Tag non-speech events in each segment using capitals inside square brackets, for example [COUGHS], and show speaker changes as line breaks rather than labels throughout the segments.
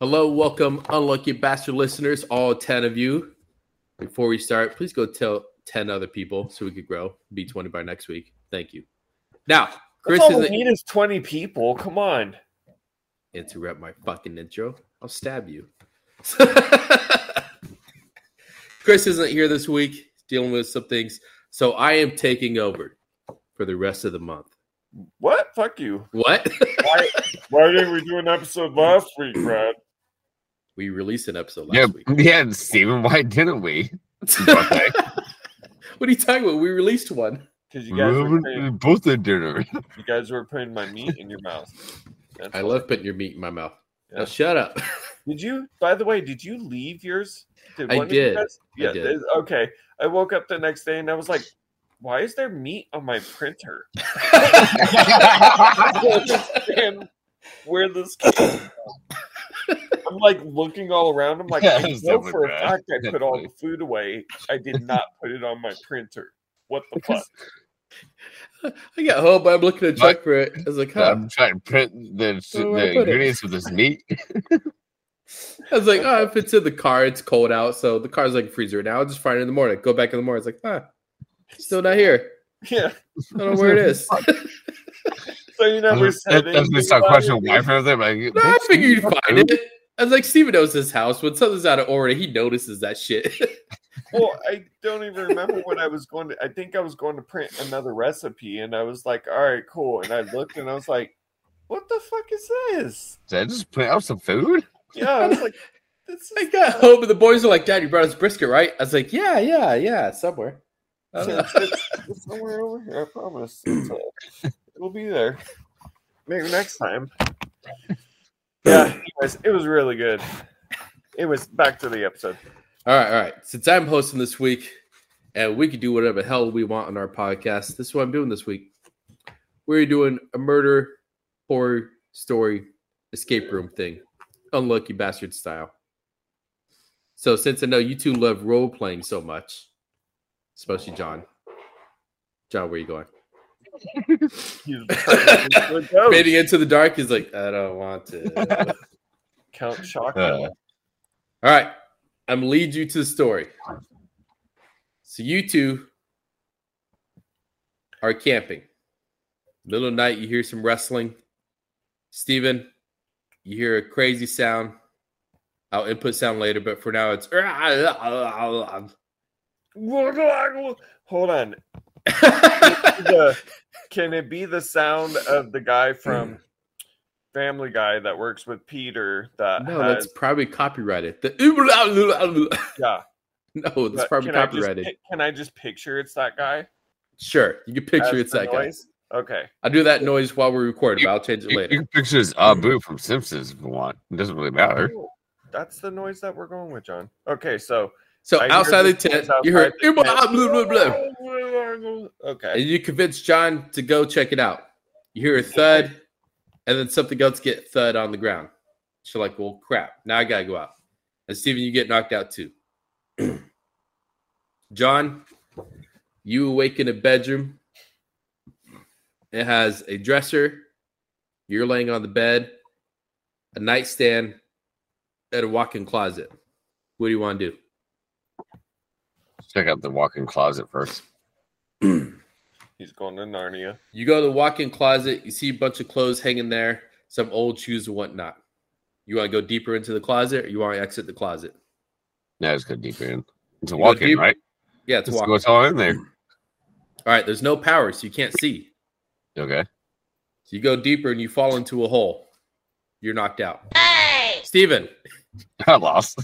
Hello, welcome, unlucky bastard listeners, all 10 of you. Before we start, please go tell 10 other people so we could grow, be 20 by next week. Thank you. Now, Chris
That's all we
is
need is 20 people. Come on.
interrupt my fucking intro. I'll stab you. [LAUGHS] Chris isn't here this week, dealing with some things. So I am taking over for the rest of the month.
What? Fuck you.
What?
[LAUGHS]
[LAUGHS]
Why, why didn't we do an episode last week, Brad?
we released an episode last
Yeah,
week. [LAUGHS]
yeah, and Steven, why didn't we? Okay.
what are you talking about? We released one.
Because you guys were
We
putting,
both
[LAUGHS]
did dinner. [LAUGHS]
you guys were putting my meat in your mouth. That's
I
why.
love putting your meat in my mouth. Now
Yeah.
shut up.
Did you? By the way, did you leave yours? Did
I
of you
did.
guys-
I
Yeah.
did.
there's- Okay. I woke up the next day and I was like, why is there meat on my printer? I don't
[LAUGHS]
understand where this came from. I'm like looking all around. I'm like,
Yeah,
I
I was
know
doing
for a
that.
fact I put all the food away. I did not put it on my printer. What the fuck? [LAUGHS]
I got home, but I'm looking at Chuck for it. I was like, huh.
I'm trying to print the,
Where would I put
the
it?
ingredients of this
[LAUGHS]
meat.
I was like, oh, if it's in the car, it's cold out, so the car's like freezer right now. I'll just find it in the morning. Go back in the morning. It's like, ah, still not here.
Yeah.
I don't know where it is.
So you never said
That's
anything
me start
about
questioning
it?
why for them. Like,
no, [LAUGHS] I figured you'd find it. I was like, Steven knows his house. When something's out of order, he notices that shit. [LAUGHS]
Well, I don't even remember what I was going to. I think I was going to print another recipe, and I was like, "All right, cool." And I looked, and I was like, "What the fuck is this?"
Did I just print out some food?
Yeah, I was like, "This
I
is."
got home, and the boys are like, Dad, you brought us brisket, right? I was like, yeah, yeah, yeah, somewhere. I don't know.
It's, it's- it's somewhere over here. I promise.
[CLEARS THROAT]
It's, uh, it'll be there. Maybe next time.
[CLEARS THROAT]
Yeah. Anyways, it was really good. It was back to the episode.
All right, all right. Since I'm hosting this week, and we can do whatever the hell we want on our podcast, this is what I'm doing this week. We're doing a murder horror story escape room thing, unlucky bastard style. So, since I know you two love role playing so much, especially John. John, where you going?
He [LAUGHS] was trying to do a joke.
[LAUGHS] Fading into the dark. He's like, I don't want to.
Count
[LAUGHS]
Chocula.
Uh,
All right. I'm lead you to the story. So you two are camping. Middle of the night, you hear some wrestling. Steven, you hear a crazy sound. I'll input sound later, but for now it's [LAUGHS]
Hold on. The- can it be the sound of the guy
[CLEARS THROAT]
from Family Guy that works with Peter? That
No,
has,
that's probably copyrighted. The
yeah.
No, that's
but
probably
can I just
copyrighted.
pic- can I just picture it's that guy?
Sure. You can picture
as
it's
the
that guy.
noise? Okay.
I'll do that noise while we're recording, but I'll change it
you, you
later.
can picture this Abu from Simpsons if you want. It doesn't really matter.
Cool. That's the noise that we're going with, John. Okay, so
So
I hear
outside the
this noise
tent, you heard
outside the
blah.
okay.
and you convince John to go check it out. You hear a thud, and then something else get thud on the ground. So like, well, crap. Now I gotta go out. And Steven, you get knocked out too. [CLEARS THROAT] John, you awake in a bedroom. It has a dresser. You're laying on the bed, a nightstand, and a walk-in closet. What do you want to do?
Check out the walk-in closet first.
He's going to Narnia.
You go to the walk-in closet. You see a bunch of clothes hanging there, some old shoes and whatnot. You want to go deeper into the closet, or you want to exit the closet?
Yeah, let's go deeper in. It's a
You go
walk-in,
deep-
right?
Yeah, it's a
Let's
walk.
go
All
all in there.
right, there's no power, so you can't see.
Okay. [LAUGHS]
So you go deeper and you fall into a hole. You're knocked out. Hey, Steven,
I lost.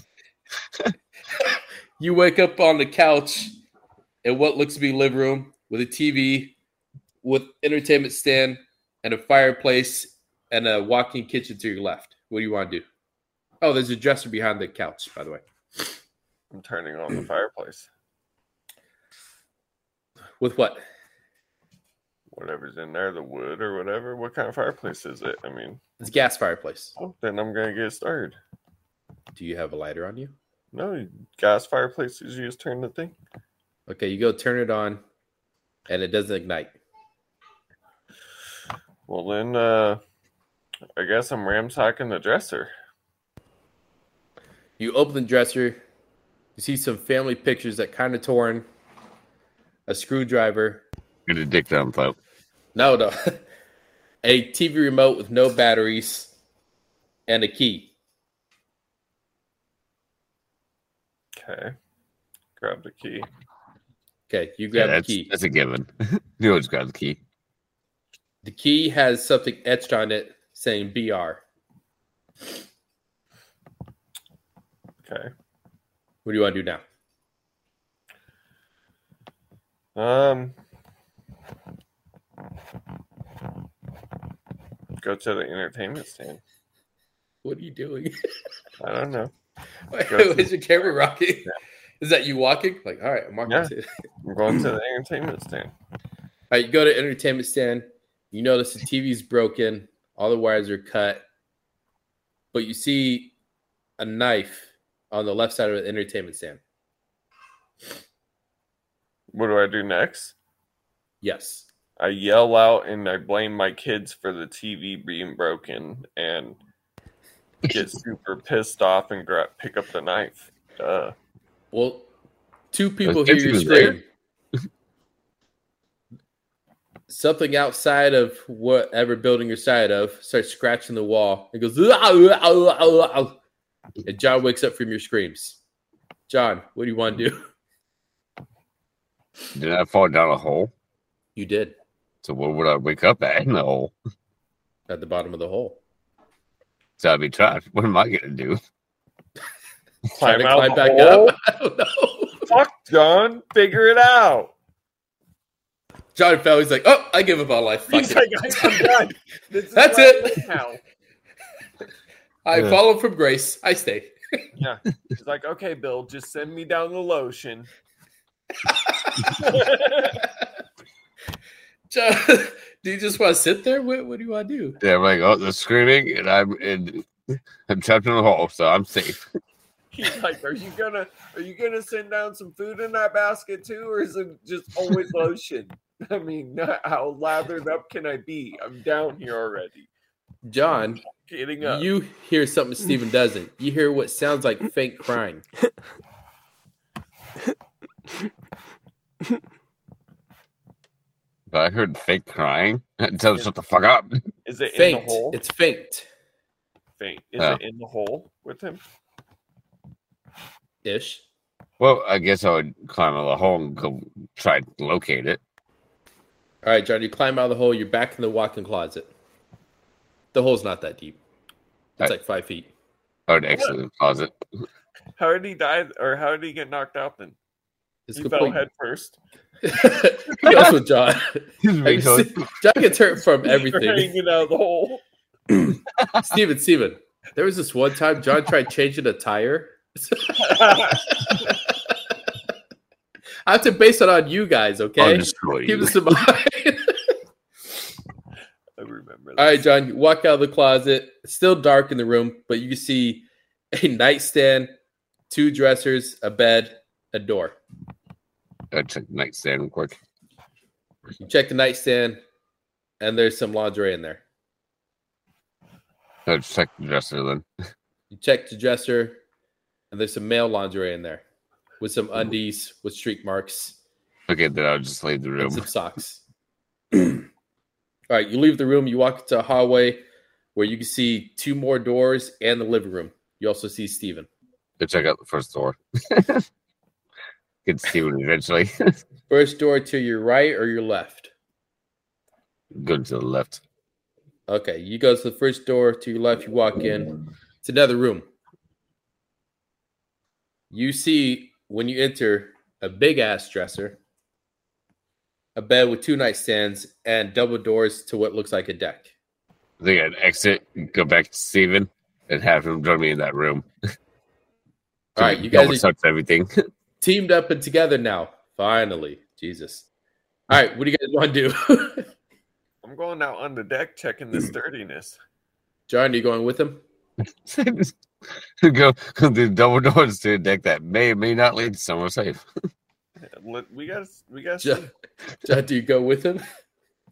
you wake up on the couch in what looks to be living room with a TV, with entertainment stand, and a fireplace and a walk-in kitchen to your left. What do you want to do? Oh, there's a dresser behind the couch, by the way.
I'm turning on the fireplace.
With what?
Whatever's in there, the wood or whatever. What kind of fireplace is it? I mean,
It's a gas fireplace.
then I'm gonna get started.
Do you have a lighter on you?
No gas fireplaces. You just turn the thing.
Okay, you go turn it on, and it doesn't ignite.
Well then, uh I guess I'm ramsacking the dresser.
You open the dresser, you see some family pictures that kind of torn, a screwdriver.
Get a dick down though.
No, no. [LAUGHS] a TV remote with no batteries and a key.
Okay. Grab the key.
Okay, you
Yeah,
grab the
that's,
key.
that's a given. [LAUGHS] you always grab the key.
The key has something etched on it saying BR.
Okay.
What do you want to do now?
Um. Go to the entertainment stand.
What are you doing? [LAUGHS]
I don't know. Go
Is your camera rocking? Is that you walking? Like, all right, I'm walking.
Yeah.
to-
I'm going to the entertainment stand.
All right, you go to entertainment stand. You notice the TV's broken, all the wires are cut, but you see a knife on the left side of the entertainment stand.
What do I do next?
Yes.
I yell out and I blame my kids for the TV being broken and
[LAUGHS]
get super pissed off and grab, pick up the knife. Uh, Duh.
Well, two people hear
kids
you
was there.
scream. Something outside of whatever building you're side of starts scratching the wall. It goes. "Ah, ah, ah, ah, ah." And John wakes up from your screams. John, what do you want to do? [LAUGHS]
Did I fall down a hole?
You did
So where would I wake up at [LAUGHS] in the hole?
at the bottom of the hole.
So I'd be trapped. What am I gonna do? [LAUGHS]
Trying to
out
climb
the
back
hole?
up. [LAUGHS] I don't know.
Fuck, John. Figure it out.
John fell. He's like, oh, I give up on life. Fuck
He's
it.
like, I'm done.
[LAUGHS]
This is
That's
my
it.
now.
I
Yeah.
follow from grace. I stay. [LAUGHS]
He's like, okay, Bill, just send me down the lotion.
John, do you just want to sit there? What, what do you want to do?
Yeah, I'm like, oh, they're screaming, and I'm and [LAUGHS] I'm trapped in a hole, so I'm safe.
He's like, are you gonna are you gonna send down some food in that basket too, or is it just always lotion? I mean, [LAUGHS] not- how lathered up can I be? I'm down here already.
John,
Getting up.
you hear something Steven doesn't. You hear what sounds like faint crying.
But I heard fake crying. [LAUGHS] Tell them shut the fuck up. [LAUGHS]
is it in
faint.
the hole?
It's faint
faint. Is
Oh.
it in the hole with him?
ish.
Well, I guess I would climb out of the hole and go try to locate it.
All right, John, you climb out of the hole. You're back in the walk in closet. The hole's not that deep, it's
I-
like five feet.
I would exit the closet.
How did he die, or how did he get knocked out then?
It's
he
complete. [LAUGHS]
fell head first.
He also, [LAUGHS] John. Have you
Retard.
seen- John gets hurt from everything.
[LAUGHS] Hanging out of the hole. [LAUGHS]
Steven, Steven, there was this one time John tried changing a tire. I have to base it on you guys,
I'll
[LAUGHS] okay?
destroy
Keep
you.
this in mind. [LAUGHS]
I remember that.
All right, John, you walk out of the closet. It's still dark in the room, but you can see a nightstand, two dressers, a bed, a door.
I check the nightstand real quick.
You check the nightstand, and there's some lingerie in there.
I would check the dresser then.
You check the dresser, and there's some male lingerie in there with some undies, with streak marks,
Okay, then I would just leave the
and
room.
some socks. [CLEARS THROAT] All right, you leave the room. You walk into a hallway where you can see two more doors and the living room. You also see Steven.
I check out the first door. [LAUGHS] Get Steven eventually. [LAUGHS]
First door to your right or your left?
go to the left.
Okay, you go to the first door to your left. You walk in. It's another room. You see when you enter a big ass dresser, a bed with two nightstands, and double doors to what looks like a deck.
I think I'd exit, go back to Steven, and have him join me in that room.
All right, you
Double
guys are
touch everything. [LAUGHS]
teamed up and together now. Finally, Jesus. All right, what do you guys want to do? [LAUGHS]
I'm going out on the deck checking this dirtiness.
John, are you going with him?
go, go through double doors to a deck that may or may not lead to somewhere safe.
Let- We got we got
John, John do you go with him?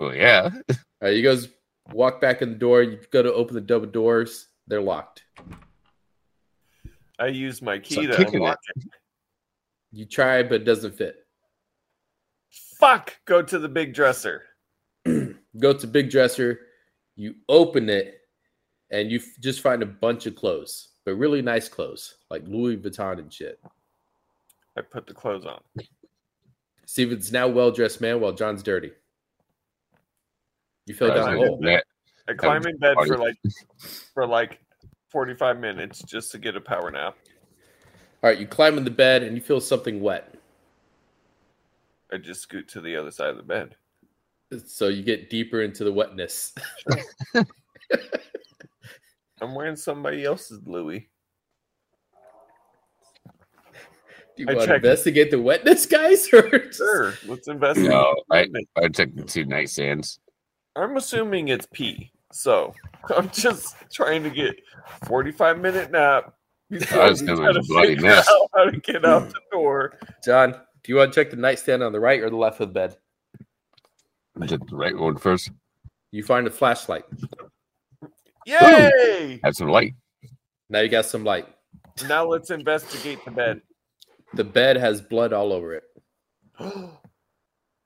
Well, yeah.
All right, you guys walk back in the door. You go to open the double doors. They're locked.
I used my key
Start
to
kicking
unlock it.
You try, but it doesn't fit.
Fuck! Go to the big dresser.
Go to big dresser. You open it, and you f- just find a bunch of clothes, but really nice clothes, like Louis Vuitton and shit.
I put the clothes on.
Steven's now well dressed man, while John's dirty. You feel
Right,
down a
so
I
hole.
that-
I climb in bed
party.
for like for like forty five minutes just to get a power nap.
All right, you climb in the bed and you feel something wet.
I just scoot to the other side of the bed.
So you get deeper into the wetness. [LAUGHS]
I'm wearing somebody else's Louis.
Do you
I
want to
checked-
investigate the wetness, guys? Or [LAUGHS] just-
Sure, let's investigate.
no, I, I took the two nightstands.
I'm assuming it's pee. So [LAUGHS] I'm just trying to get 45 minute nap. before
I was
we
doing
try to
a bloody
figure
mess.
out How to get out the door?
John, do you want to check the nightstand on the right or the left of the bed?
I did the right one first.
You find a flashlight.
Yay!
Had some light.
Now you got some light.
Now let's investigate the bed. [GASPS]
The bed has blood all over it.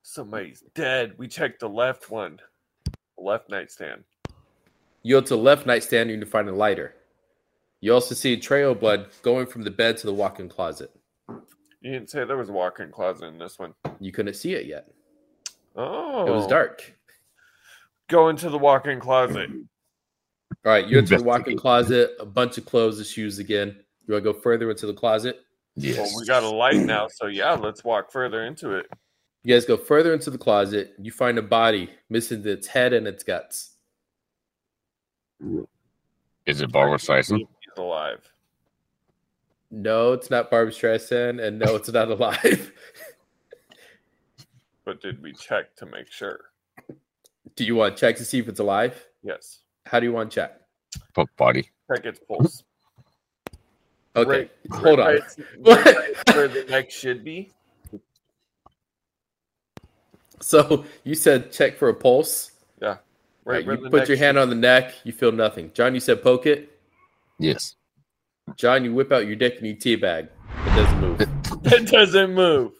Somebody's dead. We checked the left one, left nightstand.
You go to the left nightstand and you find a lighter. You also see a trail of blood going from the bed to the walk in closet.
You didn't say there was a walk-in closet in this one.
You couldn't see it yet.
Oh,
It was dark.
Go into the walk-in closet.
All right, you enter the walk in
Investigate.
closet, a bunch of clothes and shoes again. You want to go further into the closet?
Yes.
Well,
Oh
we got a light now, so yeah, let's walk further into it.
You guys go further into the closet. You find a body missing its head and its guts.
Is it Barbara Streisand?
He's alive.
No, it's not Barbara Streisand, and no, it's not alive. [LAUGHS]
But did we check to make sure?
do you want to check to see if it's alive?
Yes.
How do you want to check?
Fuck body.
Check its pulse.
Okay,
Right-
hold on.
Right-
What?
right where the neck should be.
So you said check for a pulse.
Right,
Right,
where
you
the
put
neck
your hand
should-
on the neck, you feel nothing. John, you said poke it.
Yes.
John, you whip out your dick and you teabag. It doesn't move.
[LAUGHS] It doesn't move.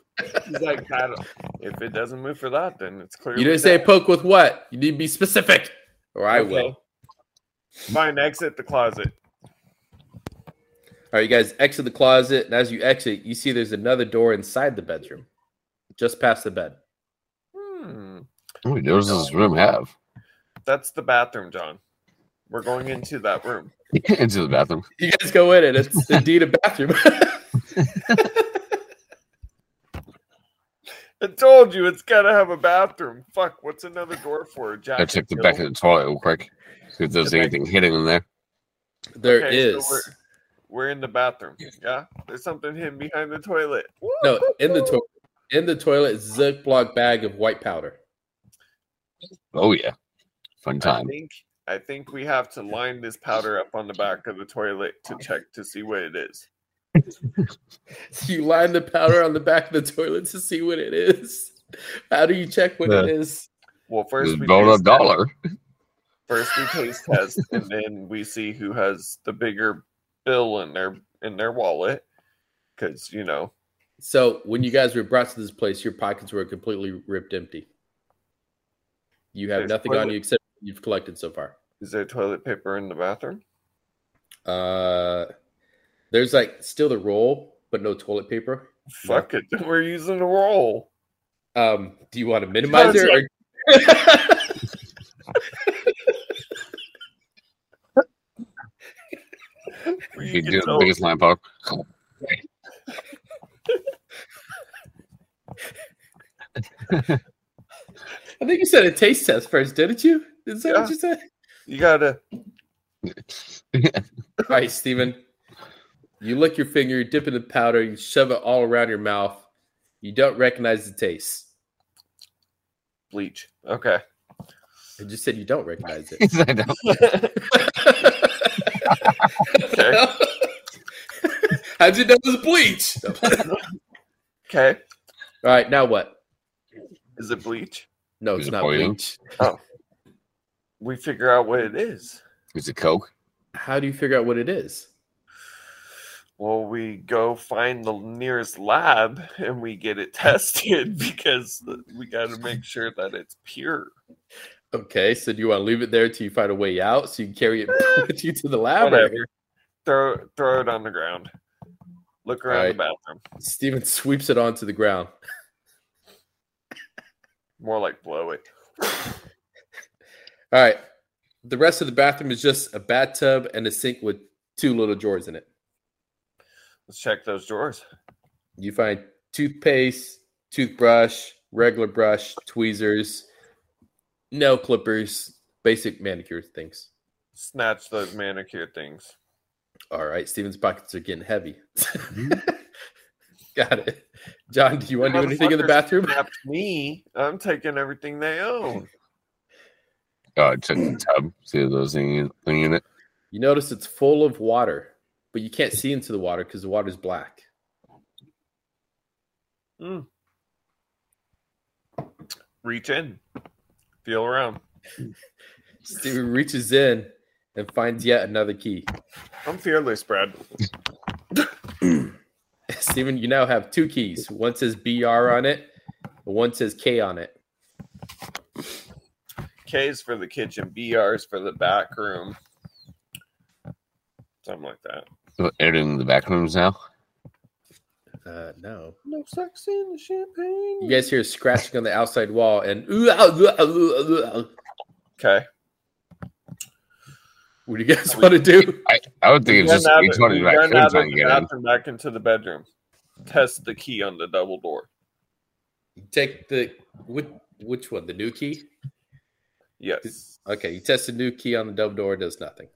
He's like, I don't- if it doesn't move for that, then it's clear.
You didn't say poke with what? You need to be specific, or I
Okay.
will. All
Fine, exit the closet.
right, you guys exit the closet, and as you exit, you see there's another door inside the bedroom, just past the bed.
Hmm.
How many doors does this room have? [LAUGHS]
That's the bathroom, John. We're going into that room.
Into the bathroom.
You guys go in, and it's
[LAUGHS]
indeed a bathroom. [LAUGHS]
I told you it's gotta have a bathroom. Fuck, what's another door for? Jack
I checked the back of the toilet real quick. See if there's
The back-
anything hidden in there.
There is
we're, we're in the bathroom. Yeah, there's something hidden behind the toilet.
no in the toilet. In the toilet is a Ziploc bag of white powder.
Oh yeah. Fun
I
time.
think I think we have to line this powder up on the back of the toilet to check to see what it is.
You line the powder on the back of the toilet to see what it is. How do you check what it is?
Well, first
There's
we
about a
taste test,
dollar.
first we taste test, and then we see who has the bigger bill in their in their wallet. Because you know,
So when you guys were brought to this place, your pockets were completely ripped empty. You have
There's
nothing on
toilet-
you except what you've collected so far.
is there toilet paper in the bathroom?
Uh, there's like still the roll, but no toilet paper.
Fuck it, then we're using a roll.
Um, do you want to minimize it? Or...
You
You
can
do the
tell-
biggest line pop.
[LAUGHS]
[LAUGHS]
I think you said a taste test first, didn't you? Is that
Yeah.
what you said?
you gotta
All right, Steven. You lick your finger, you dip it in powder, you shove it all around your mouth. You don't recognize the taste.
bleach. Okay.
I just said you don't recognize
[LAUGHS]
it.
I don't.
Okay.
How'd you know it was
[LAUGHS]
bleach? all
Okay.
right, now what?
Is it bleach?
No,
Is
it's
it
not
poison?
bleach.
We figure out what it is.
Is it Coke?
How do you figure out what it is?
Well, we go find the nearest lab and we get it [LAUGHS] tested because we got to make sure that it's pure.
Okay, so do you want to leave it there till you find a way out so you can carry it [LAUGHS] with you to the lab?
Whatever. Throw throw it on the ground. Look around the bathroom.
Steven sweeps it onto the ground.
More like blow it.
All right. The rest of the bathroom is just a bathtub and a sink with two little drawers in it.
Let's check those drawers.
You find toothpaste, toothbrush, regular brush, tweezers, nail clippers, basic manicure things.
Snatch those manicure things.
All right, Steven's pockets are getting heavy. [LAUGHS] Got it. John, do you want to do anything in the
Motherfuckers
bathroom?
Snapped me. I'm taking everything they own.
Oh, I took
Hmm.
the tub. See those things in it.
You notice it's full of water, but you can't see into the water because the water's black.
Reach in. Feel around.
Steven reaches in and finds yet another key. [LAUGHS]
I'm fearless, Brad.
Steven, you now have two keys. One says BR on it, and one says K on it.
K's for the kitchen, BR's for the back room. Something like that.
So Aired in the back rooms now.
Uh, no.
No sex in the champagne.
You guys hear scratching on the outside wall and ooh, ah, ooh, ah, ooh, ah, ooh, ah.
Okay.
what do you guys [LAUGHS] want to do?
I, I would think
We
it's just
run out
each
of-
one of
we
the back
run
rooms
out of
trying to
the
get in.
bathroom back into the bedroom. Test the key on the double door.
You take the which, which one? The new key?
Yes.
Okay, you test the new key on the double door, it does nothing.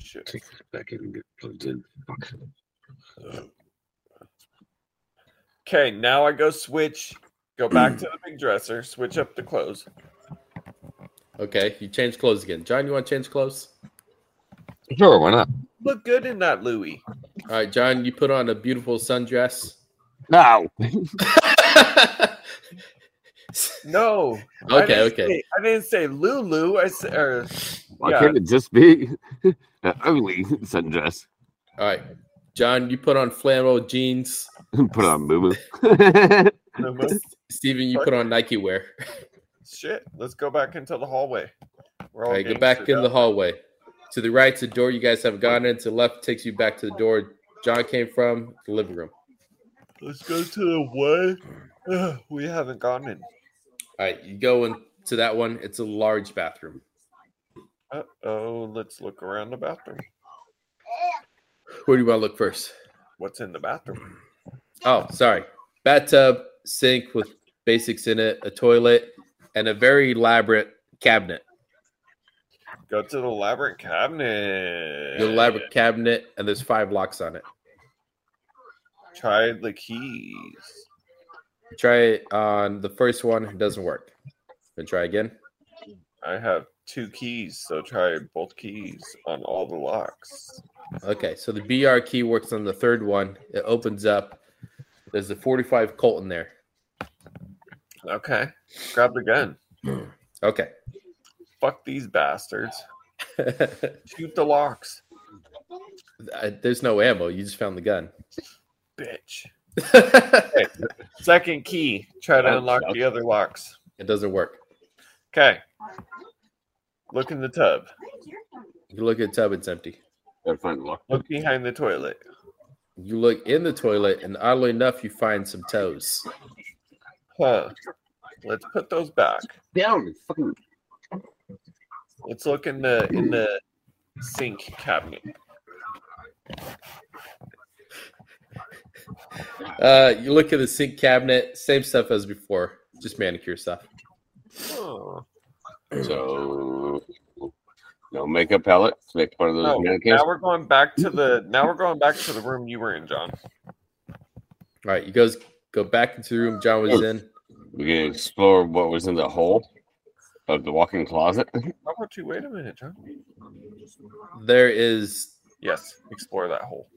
Shit.
Take this back in and get plugged in. Fuck.
Okay, now I go switch, go back to the big dresser, switch up the clothes.
Okay, you change clothes again. John, you want to change clothes?
Sure, why not?
Look good in that Louis.
All right, John, you put on a beautiful sundress.
No.
[LAUGHS]
No. I
okay,
didn't
okay.
say- I didn't say Lulu. I said, or,
Why
Yeah.
can't it just be [LAUGHS] an ugly sundress? [LAUGHS]
All right, John, you put on flannel jeans.
Put on boo [LAUGHS]
Lumu.
Steven, you put on Nike wear. [LAUGHS]
shit. Let's go back into the hallway. We're
All right, go
gangstered
back in
up.
the hallway. To the right's a door you guys have gone in. To the left takes you back to the door John came from, the living room.
Let's go to the way. Ugh, we haven't gone in.
All right, you go into that one. It's a large bathroom.
Uh oh. Let's look around the bathroom.
Where do you want to look first?
What's in the bathroom?
Oh, sorry. Bathtub, sink with basics in it, a toilet, and a very elaborate cabinet.
Go to the elaborate cabinet.
The elaborate cabinet, and there's five locks on it.
Try the keys.
Try it on the first one. It doesn't work. Then try again.
I have two keys, so try both keys on all the locks.
Okay, so the BR key works on the third one. It opens up. There's a 45 Colt in there.
Okay. Grab the gun.
Okay. [LAUGHS]
Fuck these bastards.
Uh,
Shoot the locks,
There's no ammo. You just found the gun. [LAUGHS]
bitch.
it
Second key. Try to
Oh,
unlock the other locks.
doesn't work.
Okay. Look in the tub.
You look at the tub, it's empty.
Look behind the toilet.
You look in the toilet, and oddly enough, you find some toes.
Huh. Let's put those back.
Down, fucking
Let's look in the in the sink cabinet.
Uh, you look at the sink cabinet, same stuff as before, just manicure stuff.
Oh.
So, no makeup palette. Make one of those
No,
mannequins.
Oh, now we're going back to the now we're going back to the room you were in, John.
All right, you guys go back into the room John was in.
We can explore what was in the hole of the walk-in closet. [LAUGHS]
How about you Oh, wait a minute, John?
There is.
Yes, explore that hole.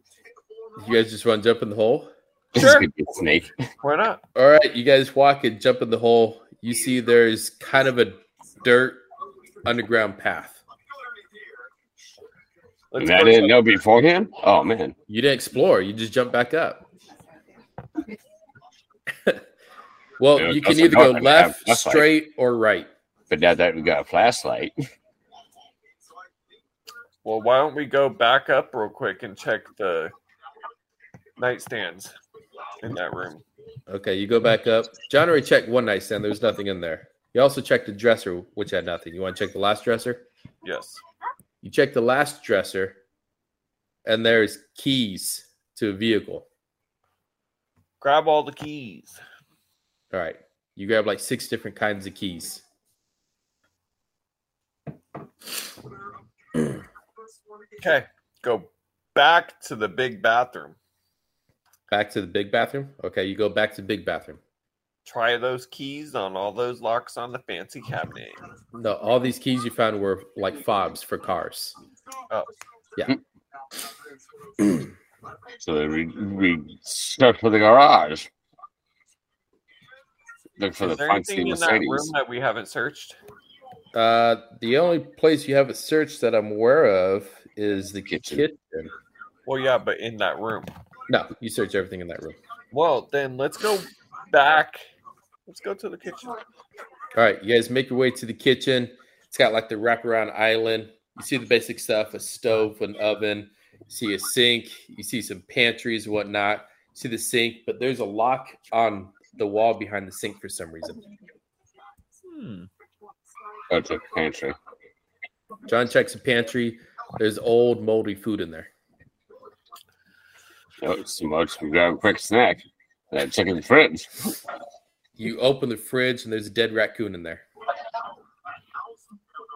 You guys just want to jump in the hole?
Sure.
Could be a snake.
Why not?
All right, you guys walk and jump in the hole. You see there's kind of a dirt underground path.
I
Let's go
didn't know beforehand. Oh man,
You didn't explore. You just jumped back up. [LAUGHS] well,
Yeah,
you
that's
can either
like
go
not gonna
left,
have- that's like-
straight, or right.
but now that we got a flashlight,
Well, why don't we go back up real quick and check the nightstands in that room?
Okay, you go back up. John already checked one nightstand. There was nothing in there. You also checked the dresser, which had nothing. You want to check the last dresser?
Yes.
You check the last dresser, and there's keys to a vehicle.
Grab all the keys.
All right. You grab like six different kinds of keys.
Okay. Go back to the big bathroom.
Back to the big bathroom. Okay, you go back to the big bathroom.
Try those keys on all those locks on the fancy cabinet.
No, all these keys you found were like fobs for cars.
so then we we stuck for the garage. Look for
Is
the
there
fancy
anything in that room
Mercedes.
that we haven't searched?
Uh, the only place you haven't searched that I'm aware of is the kitchen.
Kitchen.
Well, yeah, but in that room.
No, you search everything in that room.
Well, then let's go back. Let's go to the kitchen.
All right, you guys make your way to the kitchen. It's got like the wraparound island. You see the basic stuff: a stove, an oven. You see a sink. You see some pantries, and whatnot. You see the sink, but there's a lock on the wall behind the sink for some reason.
Hmm.
Go to the pantry.
John checks the pantry. There's old moldy food in there.
Oh, smokes. We grab a quick snack. That chicken fridge.
You open the fridge and there's a dead raccoon in there. [LAUGHS]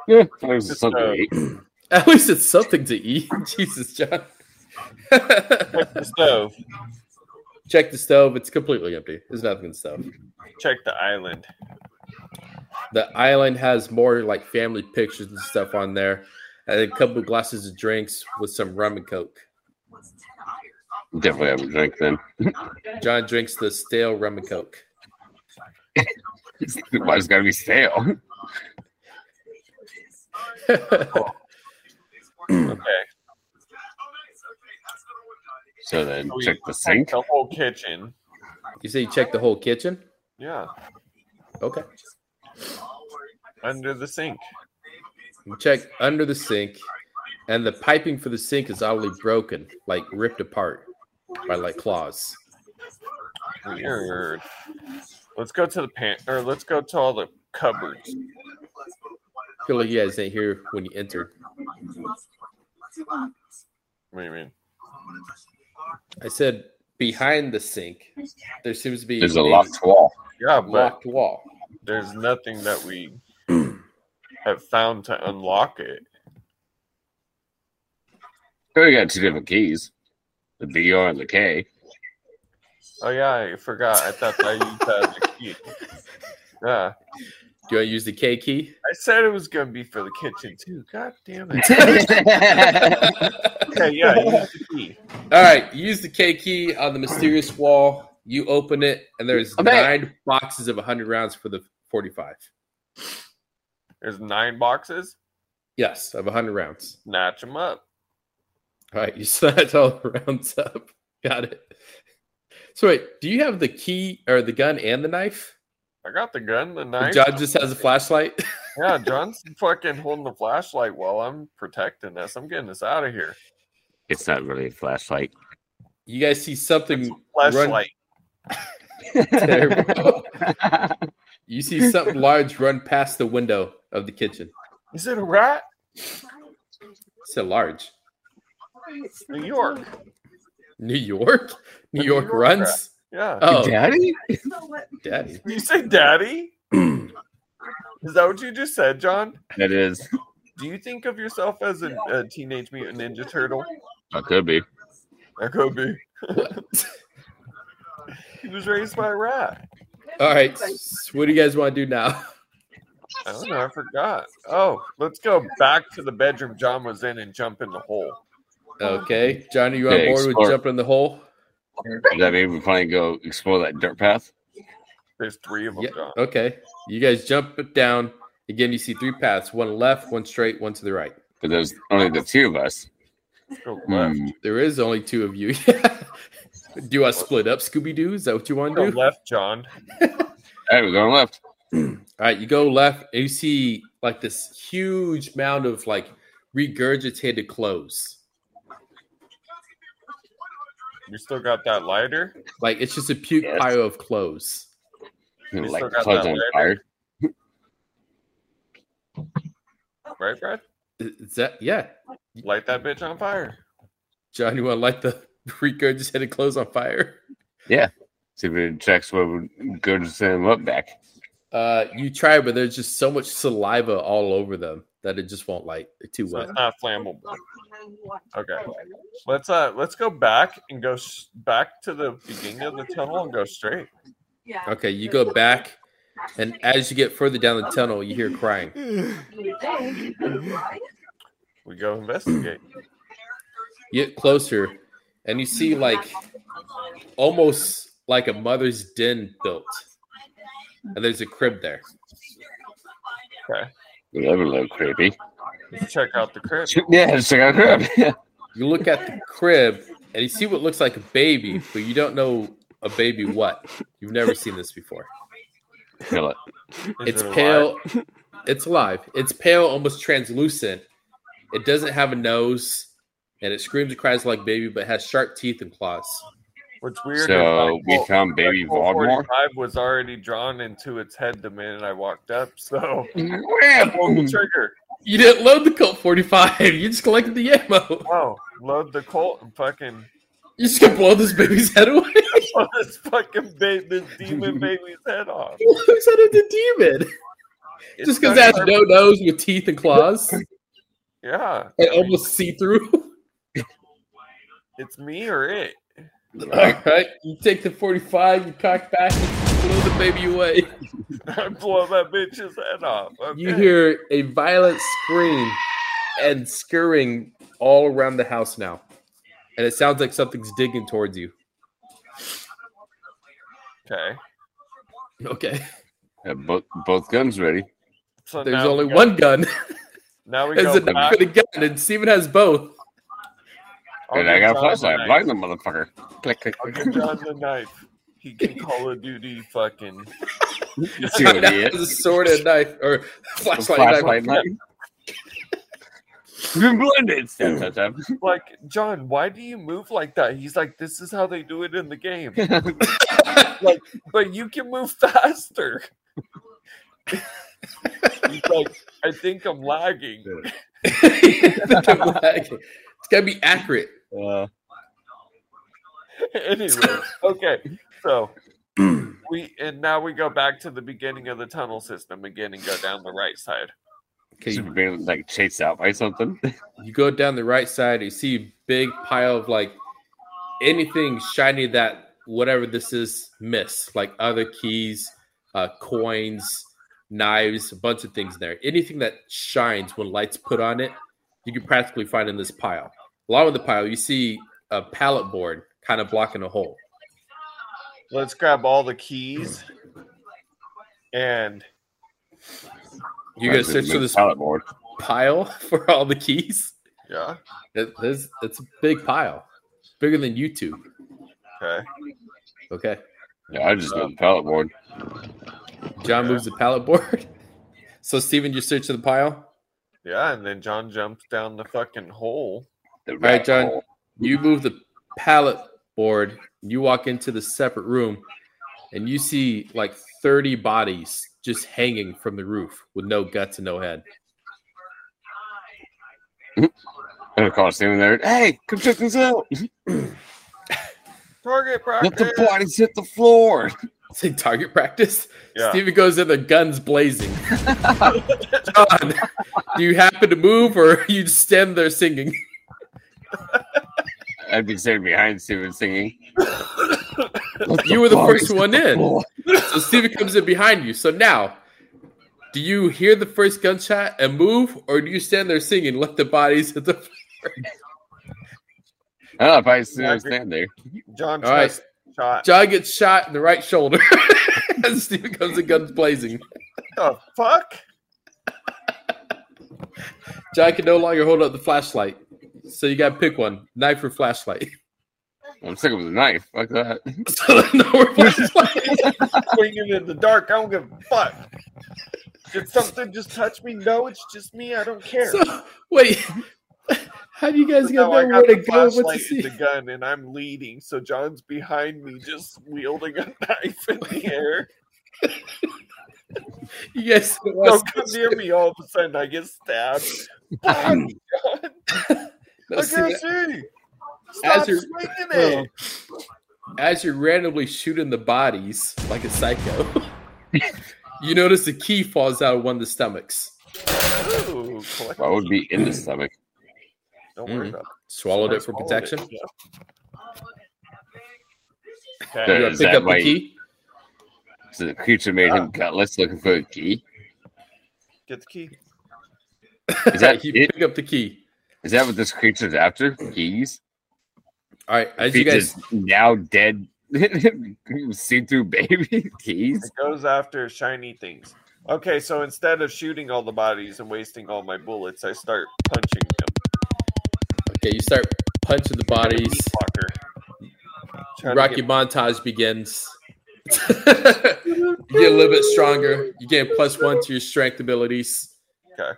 Yeah, there's
Just,
something
uh,
to eat.
At least it's something to eat. [LAUGHS] Jesus, John.
Check the stove.
Check the stove. It's completely empty. There's nothing in the stove.
Check the island.
The island has more like family pictures and stuff on there, and a couple of glasses of drinks with some rum and coke.
Definitely have a drink then. [LAUGHS]
John drinks the stale rum and coke. [LAUGHS]
Why it's gotta be stale?
Okay.
So then
Oh, yeah.
check the sink.
The whole kitchen.
you say you check the whole kitchen?
Yeah.
Okay.
Under the sink.
You check under the sink, and the piping for the sink is oddly broken, like ripped apart by like claws.
Weird. Let's go to the pan or let's go to all the cupboards.
I feel like you guys ain't here when you entered.
What do you mean?
I said behind the sink, there seems to be
There's a locked wall.
Yeah, but
locked wall.
there's nothing that we have found to unlock it.
We got two different keys. The BR and the K.
Oh yeah, I forgot. I thought I used that as a key. Yeah.
Do I use the K key?
I said it was gonna be for the kitchen too. God damn it.
That's
Okay, yeah, use the key.
All right, you use the K key on the mysterious wall. You open it, and there's
I'm back.
nine boxes of 100 rounds for the 45.
There's nine boxes.
Yes, of 100 rounds.
Snatch them up.
All right, you [LAUGHS] snatch all the rounds [LAUGHS] up. Got it. So wait, do you have the key or the gun and the knife?
I got the gun, the
The
knife.
judge just has a flashlight. [LAUGHS]
Yeah, John's fucking holding the flashlight while I'm protecting this. I'm getting this out of here.
It's not really a [LAUGHS] flashlight.
You guys see something
Flashlight.
[LAUGHS] Terrible. You see something large run past the window of the kitchen.
Is it a rat?
It's a large.
New York.
New York? New
New
York
York
runs?
Yeah.
Oh,
Daddy?
daddy.
Did you say daddy? Is that what you just said, John?
That is.
Do you think of yourself as a, a teenage mutant ninja turtle?
That could be.
That could be. [LAUGHS] He was raised by a rat.
All right, s- what do you guys want to do now? [LAUGHS]
I don't know. I forgot. Oh, let's go back to the bedroom John was in and jump in the hole.
Okay, Johnny, you on
Yeah,
board with
explore.
jumping in the hole?
Does that mean we finally go explore that dirt path?
There's three of them,
Yeah.
John.
Okay, you guys jump it down. Again, you see three paths: one left, one straight, one to the right.
But there's only the two of us.
Go left.
Hmm.
There is only two of you. [LAUGHS] Do I split up Scooby Doo? Is that what you want
Go
to do? All
left, John.
Hey, we're going left.
right, you go left and you see like this huge mound of like regurgitated clothes.
You still got that lighter?
Like it's just a puke
Yes.
pile of clothes.
You
You
like
still
the
got
clothes
that
on
lighter?
fire.
Right, Brad?
I- Is that yeah?
Light that bitch on fire.
John, you want to light the [LAUGHS] regurgitated clothes on fire?
See if it attracts what would go to send them up back.
Uh, you try, but there's just so much saliva all over them that it just won't light. They're too
So
wet.
it's not flammable. Okay. Let's uh let's go back and go s back to the beginning of the tunnel and go straight.
Yeah.
Okay, you go back, and as you get further down the tunnel, you hear crying.
We go investigate.
You get closer, and you see like almost like a mother's den built, and there's a crib there.
Well, that would look creepy.
Let's check out the crib.
[LAUGHS] Yeah, it's like a crib.
You look at the crib, and you see what looks like a baby, but you don't know a baby what. You've never seen this before.
[LAUGHS] Kill it.
Is
It's
it alive?
pale. It's alive. It's pale, almost translucent. It doesn't have a nose, and it screams and cries like baby, but has sharp teeth and claws.
What's weird?
So we
found.
found baby Voldemort.
Five was already drawn into its head the minute I walked up, [LAUGHS] so pull the
Wham!
trigger.
You didn't load the Colt 45. You just collected the ammo.
Oh, load the Colt and fucking [LAUGHS]
You just gonna blow this baby's head away. [LAUGHS]
blow this fucking ba- this demon baby's head off.
Who's head of the demon?
It's
just because it
done
has
for-
no nose with teeth and claws
Yeah,
and almost see through.
it's me or it.
All [LAUGHS] right, you take the 45, you cock back, and blow the baby away.
I blow that bitch's head off. Okay.
You hear a violent scream and scurrying all around the house now. And it sounds like something's digging towards you.
Okay.
Okay.
Have both both guns ready.
So
There's
now
only
we go-
one gun.
Now
[LAUGHS]
we
There's
go
a knife
back.
and a gun, and Steven has both.
I'll
and I
give
got
John
a
the
flashlight.
knife.
Blind the motherfucker. Click, click,
I'll
[LAUGHS]
click.
give John the knife. He can Call of Duty
[LAUGHS]
fucking.
You see
Steven [LAUGHS]
what he
has
is?
a sword and a knife, or flashlight, and a
Flashlight
knife.
knife. [LAUGHS] You've been blinded. Tap, tap, tap.
Like, John, why do you move like that? He's like, this is how they do it in
[LAUGHS]
the game. but you can move faster. [LAUGHS] He's like, I think I'm lagging.
[LAUGHS] it's got to be accurate.
Uh,
[LAUGHS] anyway, okay. So we and now we go back to the beginning of the tunnel system again and go down the right side.
Okay,
Super
you,
being like chased out by something.
you go down the right side, you see a big pile of like anything shiny that whatever this is miss, like other keys, uh, coins, knives, a bunch of things there. Anything that shines when lights put on it, you can practically find in this pile. Along with the pile, you see a pallet board kind of blocking a hole.
Let's grab all the keys and
You're gonna
Like,
search
the
through this
pallet board.
pile [LAUGHS] for all the keys.
yeah,
It- it's, it's a big pile, bigger than you two.
okay.
Okay.
Yeah, I just moved the pallet board.
John
Yeah.
moves the pallet board. [LAUGHS] So Steven, you search the pile.
Yeah, and then John jumps down the fucking hole.
The
right,
rat
John.
hole.
You
Mm-hmm.
move the pallet board. You walk into the separate room, and you see like thirty bodies just hanging from the roof with no guts and no head. [LAUGHS]
And of course, in there. Hey, come check this out.
Target
Let the
practice.
bodies hit the floor.
Say target practice.
Yeah.
Steven goes in, the guns
[LAUGHS]
blazing. John, do you happen to move, or [LAUGHS] you just stand there singing? [LAUGHS]
I'd be standing behind Steven singing. Let
You were the
bodies
first
hit
one
the
in.
floor.
So Steven comes in behind you. So now, do you hear the first gunshot and move, or do you stand there singing, let the bodies hit the
I don't know if I still stand there.
John
All right.
tries shot.
John gets shot in the right shoulder. [LAUGHS] and Steven comes in guns blazing.
the fuck?
John can no longer hold up the flashlight. So you got to pick one: knife or flashlight. [LAUGHS]
I'm sticking with a knife. Fuck that.
so [LAUGHS] no, we're flashlight.
swinging in the dark. I don't give a fuck. Did something just touch me? No, it's just me. I don't care.
So, wait, how do you guys
No,
get
I
know
got
where to
the
go? and What
flashlight
to
and
see? [LAUGHS]
the gun, and I'm leading. So John's behind me, just wielding a [LAUGHS] knife in the
[LAUGHS]
air.
You guys don't watch
Don't
that
come
shit.
near me! All of a sudden, I get
[LAUGHS]
stabbed. Fuck, John,
No,
I
see
can't
that-
see. Stop
you're-
swinging it.
Oh. as you're randomly shooting the bodies like a psycho, [LAUGHS] you notice the key falls out of one of the stomachs.
Ooh, collect-
I would be in the stomach.
Don't worry
Mm.
about
Swallowed it for
Swallowed
protection.
yeah.
You
Okay.
gotta
Is
pick
that
up
why-
the key.
So the creature made
Ah.
him gutless looking for a key.
Get the key.
Is
[LAUGHS]
that
you
it?
pick up the key.
Is that what this creature's after? Keys?
All right, as you guys,
Feeds his now dead [LAUGHS] see through baby [LAUGHS] keys?
It goes after shiny things. Okay, so instead of shooting all the bodies and wasting all my bullets, I start punching them.
okay, you start punching the bodies.
Blocker. Trying to
Rocky
get-
montage begins. [LAUGHS] you get a little bit stronger. You gain plus one to your strength abilities.
Okay.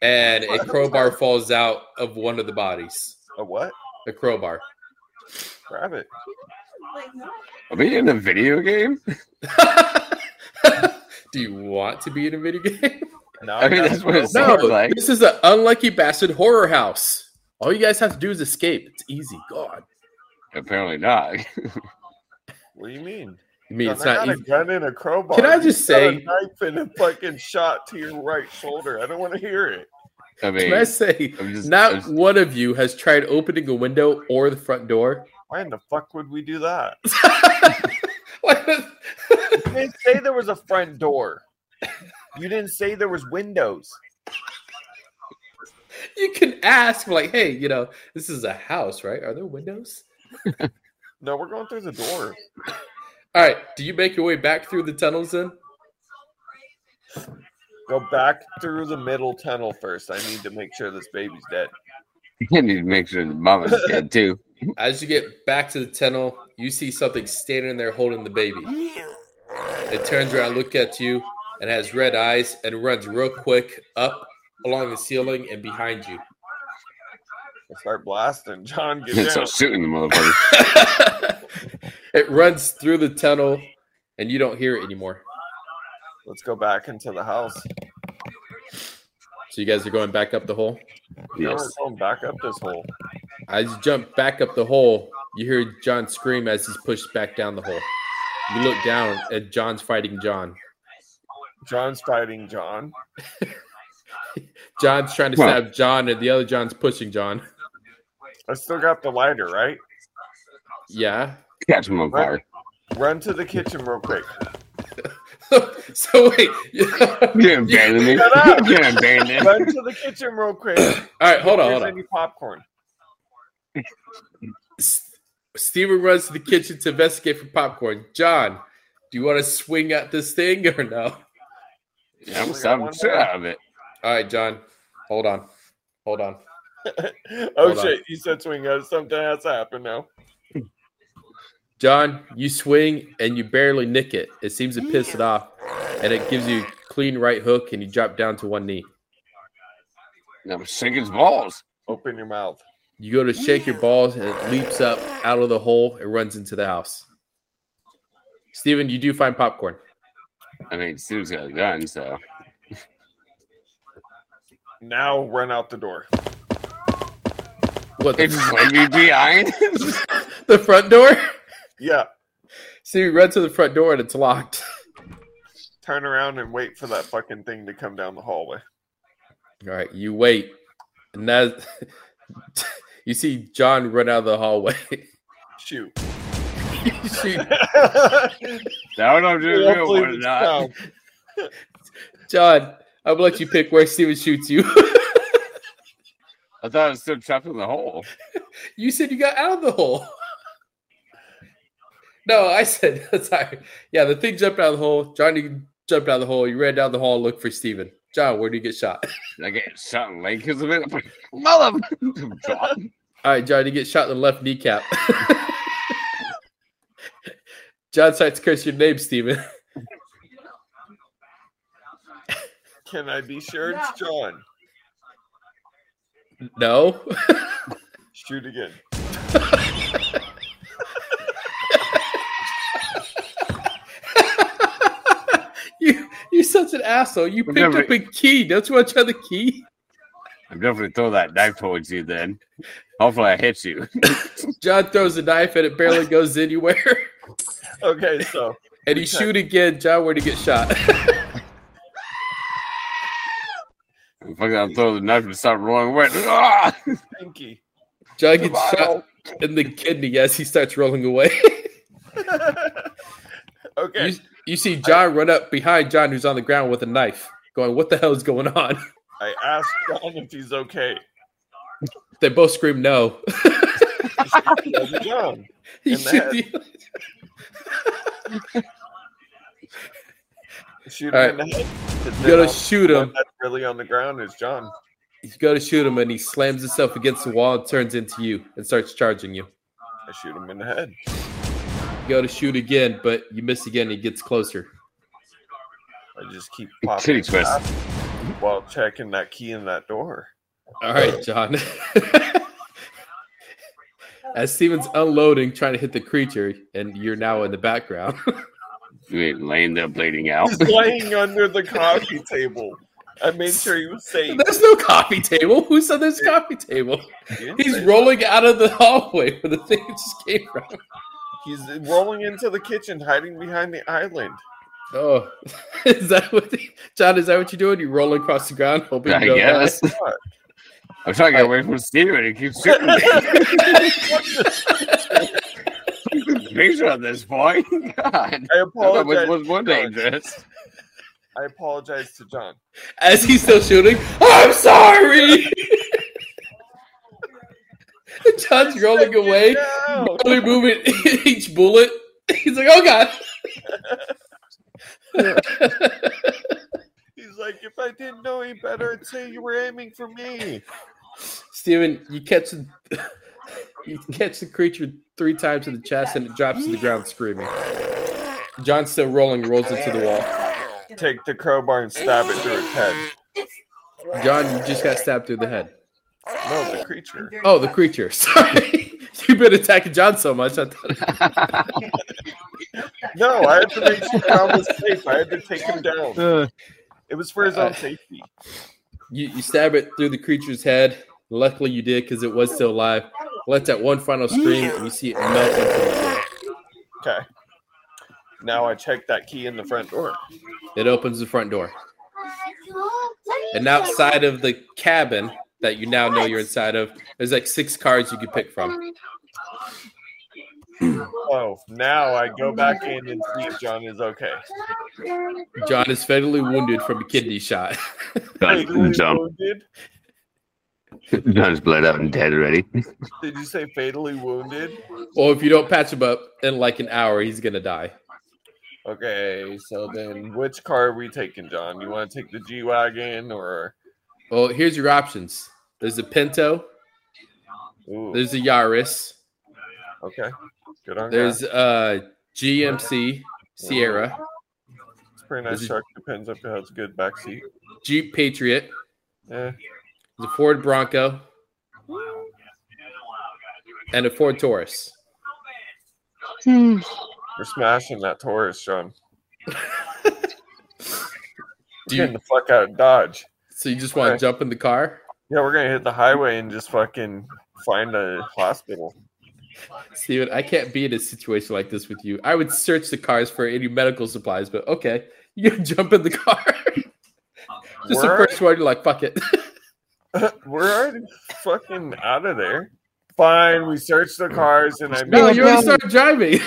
And a crowbar falls out of one of the bodies.
a what?
A crowbar. [LAUGHS]
Grab it.
Are we in a video game?
Do you want to be in a video game?
No,
I mean,
no,
that's what it
No,
[LAUGHS] sounds like.
this is an unlucky bastard horror house. All you guys have to do is escape. It's easy. God.
Apparently not. [LAUGHS]
What do you mean?
I mean,
John,
it's
I
not
got a
easy.
gun and a crowbar.
Can I
You
just
got a
say-
knife and a fucking shot to your right shoulder? I don't want to hear it.
I mean,
Can I say,
I'm just, I'm
not
just-
one of you has tried opening a window or the front door.
Why in the fuck would we do that?
What is-
You didn't say there was a front door. You didn't say there was windows.
you can ask, like, hey, you know, this is a house, right? Are there windows?
No, we're going through the door.
All right. Do you make your way back through the tunnels then?
Go back through the middle tunnel first. I need to make sure this baby's dead.
you need to make sure the mama's dead too.
As you get back to the tunnel, you see something standing there holding the baby. It turns around, look at you, and has red eyes and runs real quick up along the ceiling and behind you. [LAUGHS]
I start blasting. John, get
And so
down.
shooting the motherfucker.
[LAUGHS]
it runs through the tunnel and you don't hear it anymore.
Let's go back into the house.
So you guys are going back up the hole.
Now
yes.
we're going back up this hole.
As you jump back up the hole, you hear John scream as he's pushed back down the hole. You look down and John's fighting John.
John's fighting John.
John's trying to
Well-
stab John and the other John's pushing John.
I still got the lighter, right?
Yeah. [LAUGHS]
Catch him on
Right.
fire.
Run to the kitchen real quick.
so wait. [LAUGHS]
You can't abandon me. You
Shut up.
can't abandon me.
Run to the kitchen real quick.
All right, hold on,
Here's
hold on.
any popcorn.
S- Steven runs to the kitchen to investigate for popcorn. John, do you want to swing at this thing or no? All
Yeah, I'm
We got
stopping
one
shit
more.
out of it.
right, John, hold on, hold on.
oh
Hold on.
shit! You said swing out. Something has happened now.
John, you swing and you barely nick it. It seems to piss it off, and it gives you a clean right hook, and you drop down to one knee.
And I'm shaking his balls.
Open your mouth.
You go to shake your balls, and it leaps up out of the hole and runs into the house. Steven, you do find popcorn.
I mean, Sue's got a gun, so
Now run out the door.
What
it
the,
just led me [LAUGHS] behind.
[LAUGHS] the front door? [LAUGHS]
Yeah.
So you run to the front door and it's locked.
Turn around and wait for that fucking thing to come down the hallway.
All right, you wait, and that [LAUGHS] you see John run out of the hallway. [LAUGHS]
Shoot. [LAUGHS]
you, see
no, no, dude, we don't want to die.
No.
John, I'm gonna let you pick where Steven shoots you. [LAUGHS]
I thought I was still trapped in the hole.
you said you got out of the hole. [LAUGHS] No, I [LAUGHS] said sorry. Yeah, the thing jumped out of the hole. Johnny jumped out of the hole. You ran down the hall, and looked for Steven. John, where do you get shot? [LAUGHS]
I get shot in leg because of it. [LAUGHS] Mother. Drop.
All right, John, you get shot in the left kneecap. [LAUGHS] John starts cursing your name, Steven. [LAUGHS]
Can I be sure it's John?
No. [LAUGHS]
Shoot again.
you you're such an asshole. You picked
Remember-
up a key. Don't you want to try the key?
I'm definitely throw that knife towards you then. Hopefully I hit you.
John throws a knife and it barely goes anywhere. [LAUGHS]
Okay, so
And you
Okay.
shoot again, John, where to get shot? [LAUGHS]
I'm fucking I'm throwing the knife and start rolling [LAUGHS] away. Ah!
Pinky.
John gets shot in the kidney as he starts rolling away.
[LAUGHS]
[LAUGHS]
okay.
you, you see John run up behind John, who's on the ground with a knife, going, What the hell is going on? [LAUGHS]
I asked John if he's okay.
They both scream, No. [LAUGHS]
Well, John,
You
In the
shoot the- [LAUGHS]
shoot
All
him in the head.
you gotta shoot
One
him.
that's really on the ground is John.
You gotta shoot him, and he slams himself against the wall and turns into you and starts charging you.
I shoot him in the head.
You go to shoot again, but you miss again. He gets closer.
I just keep popping
Kitty
his
twist.
ass while checking that key in that door.
All right, John. [LAUGHS] As Steven's unloading, trying to hit the creature, and you're now in the background. [LAUGHS]
You ain't laying there bleeding
Oh.
out.
He's laying under the coffee table. I made sure he was
[LAUGHS]
safe.
there's no coffee table. Who said there's a coffee table? He's rolling out of the hallway where the thing just came from.
He's rolling into the kitchen, hiding behind the
[LAUGHS]
island. [LAUGHS]
Oh, is that what John? Is that what you're doing? You're rolling across the ground, hoping. you
I
don't die?
guess. I'm trying to get away from Steven. He keeps shooting me. Picture at this point. [LAUGHS] God.
I
I thought
apologize.
it was more dangerous.
I apologize to John.
As he's still shooting, I'm sorry. [LAUGHS] John's rolling away.
No!
Only moving [LAUGHS] each bullet. He's like, oh god. [LAUGHS]
He's like, if I didn't know any better, I'd say you were aiming for me.
Steven, you catch the [LAUGHS] you catch the creature three times in the chest and it drops to the ground screaming. John's still rolling, rolls it to the wall.
Take the crowbar and stab it through its head.
John, you just got stabbed through the head.
No, the creature.
Oh, the creature. [LAUGHS] Sorry. You've been attacking John so much. I thought [LAUGHS]
No, I had to make sure John was safe. I had to take him down. It was for his
Uh,
own safety.
you, you stab it through the creature's head. Luckily, you did because it was still alive. Lets out one final scream, and you see it melt into the floor.
Okay. Now I check that key in the front door.
It opens the front door, and outside of the cabin that you now know you're inside of, there's like six cards you can pick from.
Oh, now I go back in and see if John is okay.
John is fatally wounded from a kidney shot. [LAUGHS]
Fatally
John's dumb.
wounded?
John's bled out and dead already.
Did you say fatally wounded?
or if you don't patch him up in like an hour, he's gonna die.
Okay, so then which car are we taking, John? You want to take the G Wagon or.
Well, here's your options. There's a Pinto.
Ooh,
There's a Yaris.
okay. Good on
There's
that.
a GMC Sierra,
It's a pretty nice
there's a-
truck. Depends if it has a good backseat. Eh,
Jeep Patriot,
Yeah.
there's a Ford Bronco, and a Ford Taurus.
We're smashing that Taurus, John.
[LAUGHS] Do you,
Getting the fuck out of Dodge.
so you just want to
Okay.
jump in the car?
Yeah, we're gonna hit the highway and just fucking find a hospital.
Steven, I can't be in a situation like this with you. I would search the cars for any medical supplies, but okay, [LAUGHS] you can jump in the car. Just
Where
the
are-
first one, you're like, fuck it.
We're already fucking out of there. Fine, we searched the cars and I
No, [LAUGHS]
made
you already started driving.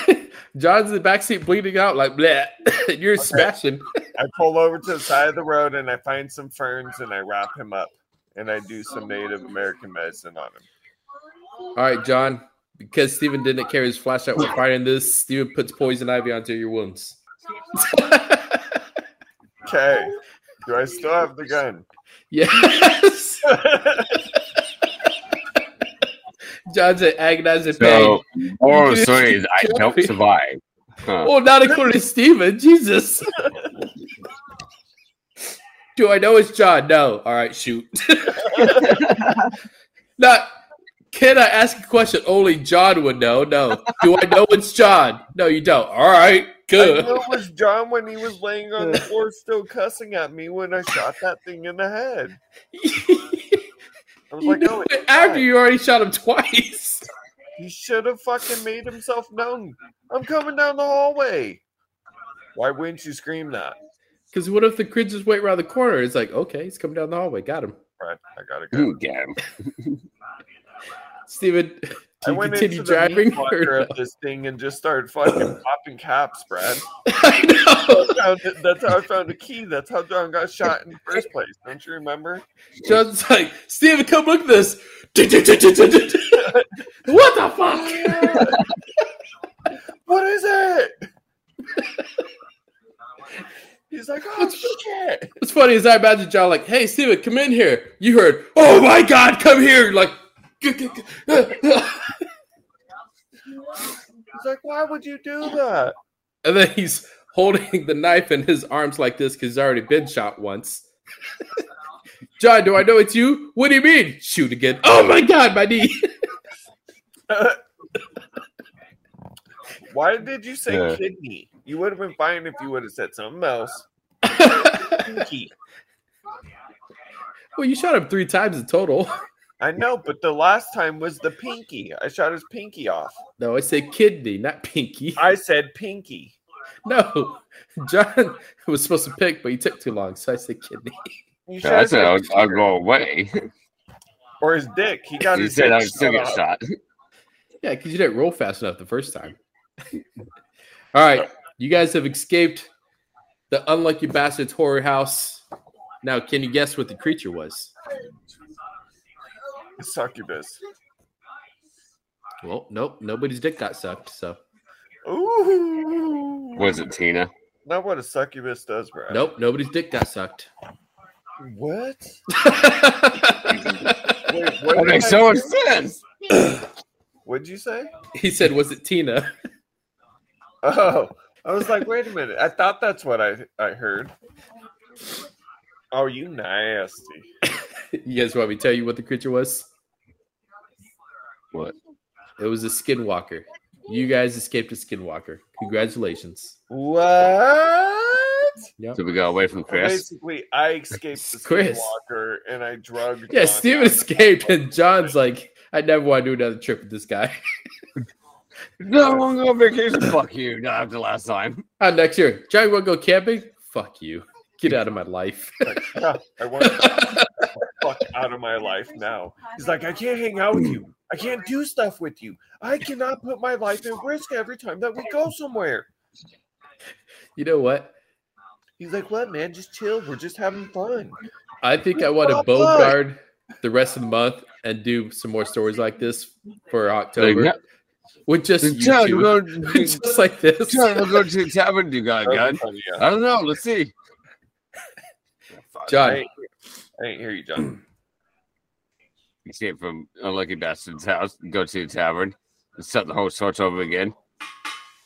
[LAUGHS] John's in the backseat bleeding out, like, bleh. [LAUGHS] you're smashing.
I pull over to the side of the road and I find some ferns and I wrap him up and I do some Native American medicine on him.
All right, John, because Steven didn't carry his flashlight when fighting this, Steven puts poison ivy onto your wounds.
Okay. Do I still have the gun?
[LAUGHS] Yes. [LAUGHS] John's an agonizing bang.
So, moral of the story is I don't survive. Huh.
Well, Oh, not according to Steven.
[LAUGHS]
Jesus. Do I know it's John? No. All right, shoot. [LAUGHS] not can I ask a question only John would know? No. Do I know it's John? No, you don't. All right,
I
good. [LAUGHS]
know it was John when he was laying on the floor still cussing at me when I shot that thing in the head. I was
You
like,
knew
no,
it
it's
after
John.
you already shot him twice. [LAUGHS]
He should have fucking made himself known. I'm coming down the hallway. Why wouldn't you scream that?
Because what if the kid's just wait around the corner? It's like, okay, he's coming down the hallway. Got him.
Right, I gotta go.
You got him.
Steven, do
I
you
went
continue
into the meat
driving? or
locker of
no?
this thing and just started fucking popping caps, Brad.
[LAUGHS] I know.
Found it- That's how I found the key. That's how John got shot in the first place. Don't you remember? [LAUGHS]
John's like, Steven, come look at this. [LAUGHS] what the fuck?
What is it? He's like, oh shit!
What's funny is I imagine John like, "Hey, Steven, come in here." You heard, "Oh my God, come here!" You're Like, [LAUGHS] "G- g- g- uh, uh."
He's like, why would you do that?
and then he's holding the knife in his arms like this because he's already been shot once. [LAUGHS] John, do I know it's you? What do you mean? Shoot again. Oh my God, my knee. [LAUGHS]
Why did you say
Yeah.
kidney? You would have been fine if you would have said something else. Pinky.
well, you shot him three times in total. [LAUGHS]
I know, but the last time was the pinky. I shot his pinky off.
No, I said kidney, not pinky.
I said pinky.
No, John was supposed to pick, but he took too long, so I said kidney. [LAUGHS]
You
So I
should've
said I'll,
said
I'll
finger. [LAUGHS]
go away. [LAUGHS]
Or his dick. He got
He
his
said
dick
I'll
shot
still get
off.
shot.
Yeah, because you didn't roll fast enough the first time. All right, you guys have escaped the unlucky bastards horror house. Now, can you guess what the creature was?
Succubus.
Well, nope, nobody's dick got sucked. So,
Ooh.
Was it Tina?
Not what a succubus does, bro.
nope, nobody's dick got sucked. [LAUGHS]
What?
he
Wait,
That
what did
makes
I
so much
say?
sense.
What'd you say?
said, "Was it Tina?" [LAUGHS]
Oh, I was like, wait a minute. I thought that's what I, I heard. Oh, you nasty.
You guys want me to tell you what the creature was?
What?
It was a skinwalker. You guys escaped a skinwalker. Congratulations.
What?
Yep.
So we got away from Chris.
Basically, I escaped the
Chris.
skinwalker and I drugged.
Yeah,
John
Steven
out.
escaped, and John's like, I never want to do another trip with this guy. [LAUGHS]
No, I'm going on vacation. Fuck you. Not after last time.
Uh, next year, Johnny want to go camping? Fuck you. Get out of my life. [LAUGHS]
Yeah, I want the fuck out of my life now. He's like, I can't hang out with you. I can't do stuff with you. I cannot put my life at risk every time that we go somewhere.
you know what?
He's like, what, man? Just chill. We're just having fun.
I think I want to
Well,
Bogard the rest of the month and do some more stories like this for October
Like,
with just
no,
[LAUGHS]
John,
YouTube.
we're going,
just like this.
John, we're going to the tavern. You got a
That
gun?
was funny, yeah.
I don't know. Let's see.
John,
Hey. I didn't hear you, John.
Escape from Unlucky Bastard's house. Go to the tavern. Set the whole search over again.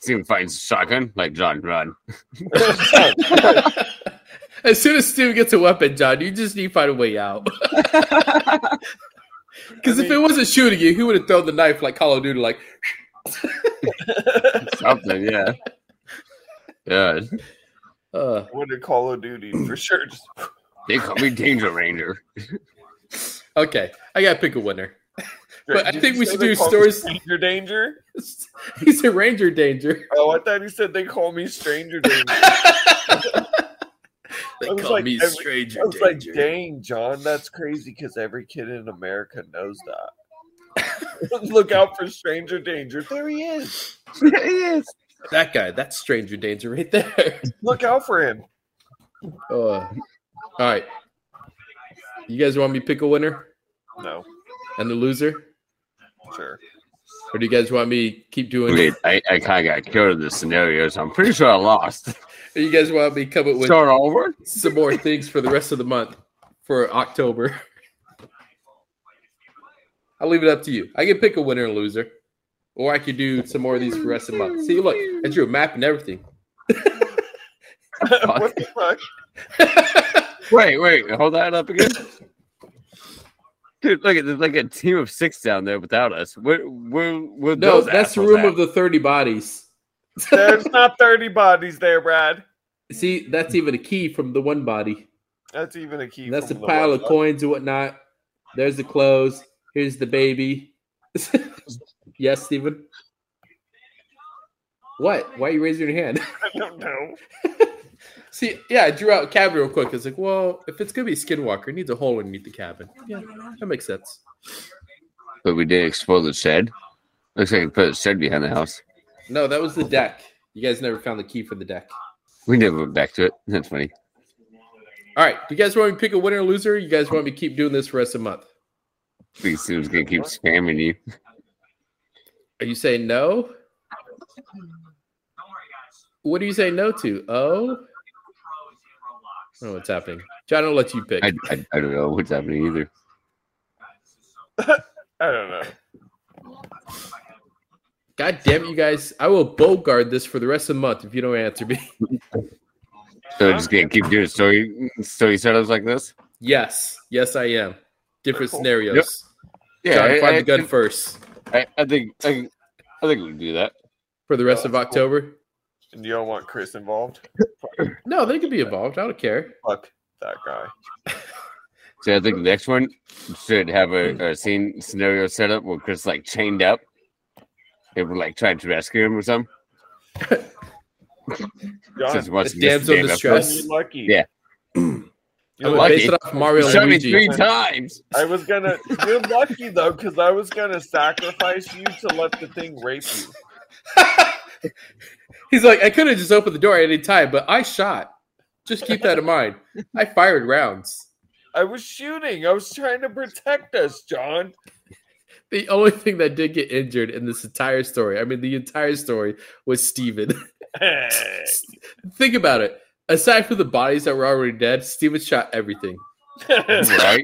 See him finds a shotgun. Like, John, run.
[LAUGHS]
[LAUGHS] as soon as Steven gets a weapon, John, you just need to find a way out. [LAUGHS] Because
I
if it wasn't shooting you, he would have thrown the knife like Call of Duty, like,
[LAUGHS]
Something, yeah. Yeah.
uh,
What did Call of Duty
[CLEARS THROAT]
for sure? Just,
They call me Danger Ranger.
okay, I got to pick a winner. But I
Did
think
you
we
say
should
they
do
call me
stories-
Stranger danger.
[LAUGHS] He's a ranger
[LAUGHS]
danger.
Oh, I thought he said they call me
[LAUGHS]
stranger danger.
They
I was
call
like,
me
every-
stranger
I was like,
danger.
dang, John, that's crazy because every kid in America knows that. [LAUGHS] Look out for stranger danger. There [LAUGHS] he is.
that guy, that's stranger danger right there. [LAUGHS]
Look out for him.
Oh. all right. You guys want me to pick a winner
No,
and a loser?
sure. [LAUGHS]
Or do you guys want me to keep doing
Wait, I, I kind of got cured of this scenario, so I'm pretty sure I lost.
You guys want me to come up with
Start over?
some more things for the rest of the month for October? I'll leave it up to you. I can pick a winner and loser, or I could do some more of these for the rest of the month. See, look, I drew a map and everything. [LAUGHS]
what the fuck?
Wait, wait, hold that up again. Dude, look at there's like a team of six down there without us. Where, where, where
no,
those
that's the
assholes
room
at?
of the 30 bodies.
There's not 30 bodies there, Brad.
See, that's even a key from the one body.
That's even a key.
And that's a
from the
pile of
website.
coins and whatnot. There's the clothes. Here's the baby. [LAUGHS] yes, Steven? What? Why are you raising your hand?
[LAUGHS] I don't know.
See, yeah, I drew out cabin real quick. It's like, well, if it's gonna be a skinwalker, it needs a hole underneath the cabin. Yeah, that makes sense.
But we did explode the shed. Looks like we put a shed behind the house.
No, that was the deck. You guys never found the key for the deck.
We never went back to it. That's funny.
All right, do you guys want me to pick a winner or loser? You guys want me to keep doing this for the rest of the month?
These dudes gonna keep spamming you.
Are you saying no? What do you say no to? Oh, I don't know what's happening. John, I'll let you pick.
I, I, I don't know what's happening either.
I don't know.
God damn it, you guys! I will bogard this for the rest of the month if you don't answer me. [LAUGHS]
So we're just gonna keep doing story story setups like this.
yes, yes, I am. Different
Cool.
scenarios.
Yeah,
John, find
I,
the gun first
I, I, I think I, think- I think we do that.
for the rest
Oh,
of
that's cool.
October.
And you don't want Chris involved?
No, they could be involved. I don't care.
Fuck that guy.
So I think the next one should have a, a scene scenario set up where Chris like chained up and we're like trying to rescue him or something. Since
John,
he wants
the
to miss
dam's on
game
the
after
stress.
you're lucky. [CLEARS THROAT]
Yeah.
I would
You're
like
lucky.
base
it.
it off Mario
He
and
shot me
Luigi.
three times. [LAUGHS]
I was gonna. You're lucky though, because I was gonna sacrifice you to let the thing rape you.
[LAUGHS] He's like, I could have just opened the door at any time, but I shot. Just keep that in mind. I fired rounds.
I was shooting. I was trying to protect us, John. [LAUGHS]
The only thing that did get injured in this entire story, I mean, the entire story, was Steven. [LAUGHS] Think about it. Aside from the bodies that were already dead, Steven shot everything. [LAUGHS]
Right?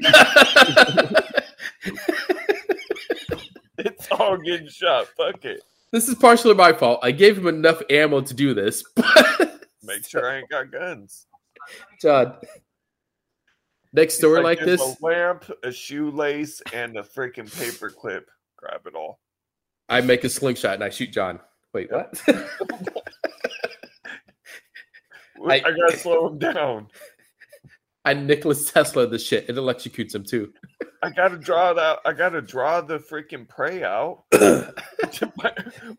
it's all getting shot. Fuck it.
this is partially my fault. I gave him enough ammo to do this. but-
Make sure I ain't got guns.
John. uh, Next
It's
story like,
there's
this,
a lamp, a shoelace, and a freaking paper clip. Grab it all.
I make a slingshot and I shoot John. Wait, what? [LAUGHS]
I,
I-
gotta slow him down.
I Nicholas Tesla this shit. It electrocutes him too.
I gotta draw it out. I gotta draw the freaking prey
[COUGHS]
out. [LAUGHS]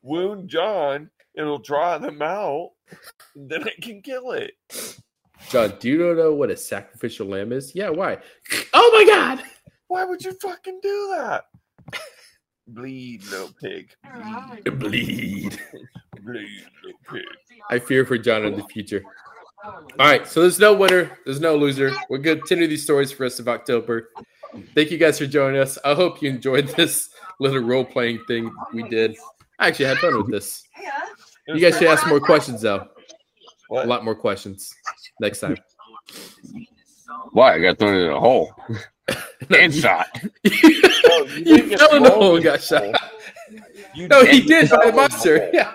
Wound John. It'll draw them out. And then I can kill it.
John, do you know what a sacrificial lamb is? Yeah, why? Oh my god!
Why would you fucking do that? Bleed, little pig. Bleed,
Bleed.
bleed, little pig.
I fear for John in the future. All right, so there's no winner, there's no loser. We're going to continue these stories for the rest of October. Thank you guys for joining us. I hope you enjoyed this little role playing thing we did. I actually had fun with this.
It
You
was
guys should
pretty-
ask more questions though. A
What?
lot more questions next time.
uh,
Why? I got thrown in a hole
[LAUGHS]
and shot.
Oh, you didn't
you
get
fell in the
thrown
hole and
in
got
the
shot. [LAUGHS]
hole. You
No,
did
he did by
fell
a
in the
monster.
hole.
[LAUGHS] Yeah.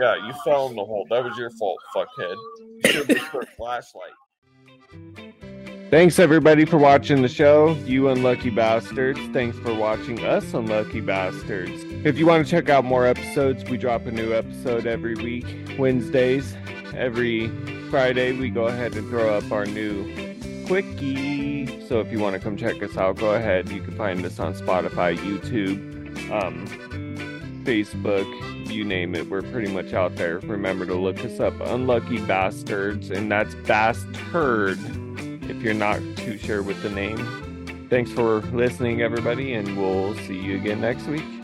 Yeah, you fell in the hole. That was your fault, fuckhead. You should have put a flashlight.
Thanks everybody for watching the show, you unlucky bastards. Thanks for watching us, unlucky bastards. If you want to check out more episodes, we drop a new episode every week, Wednesdays. Every Friday, we go ahead and throw up our new quickie. So if you want to come check us out, go ahead. You can find us on Spotify, YouTube, um, Facebook, you name it. We're pretty much out there. Remember to look us up, unlucky bastards, and that's bastard if you're not too sure with the name. Thanks for listening, everybody, and we'll see you again next week.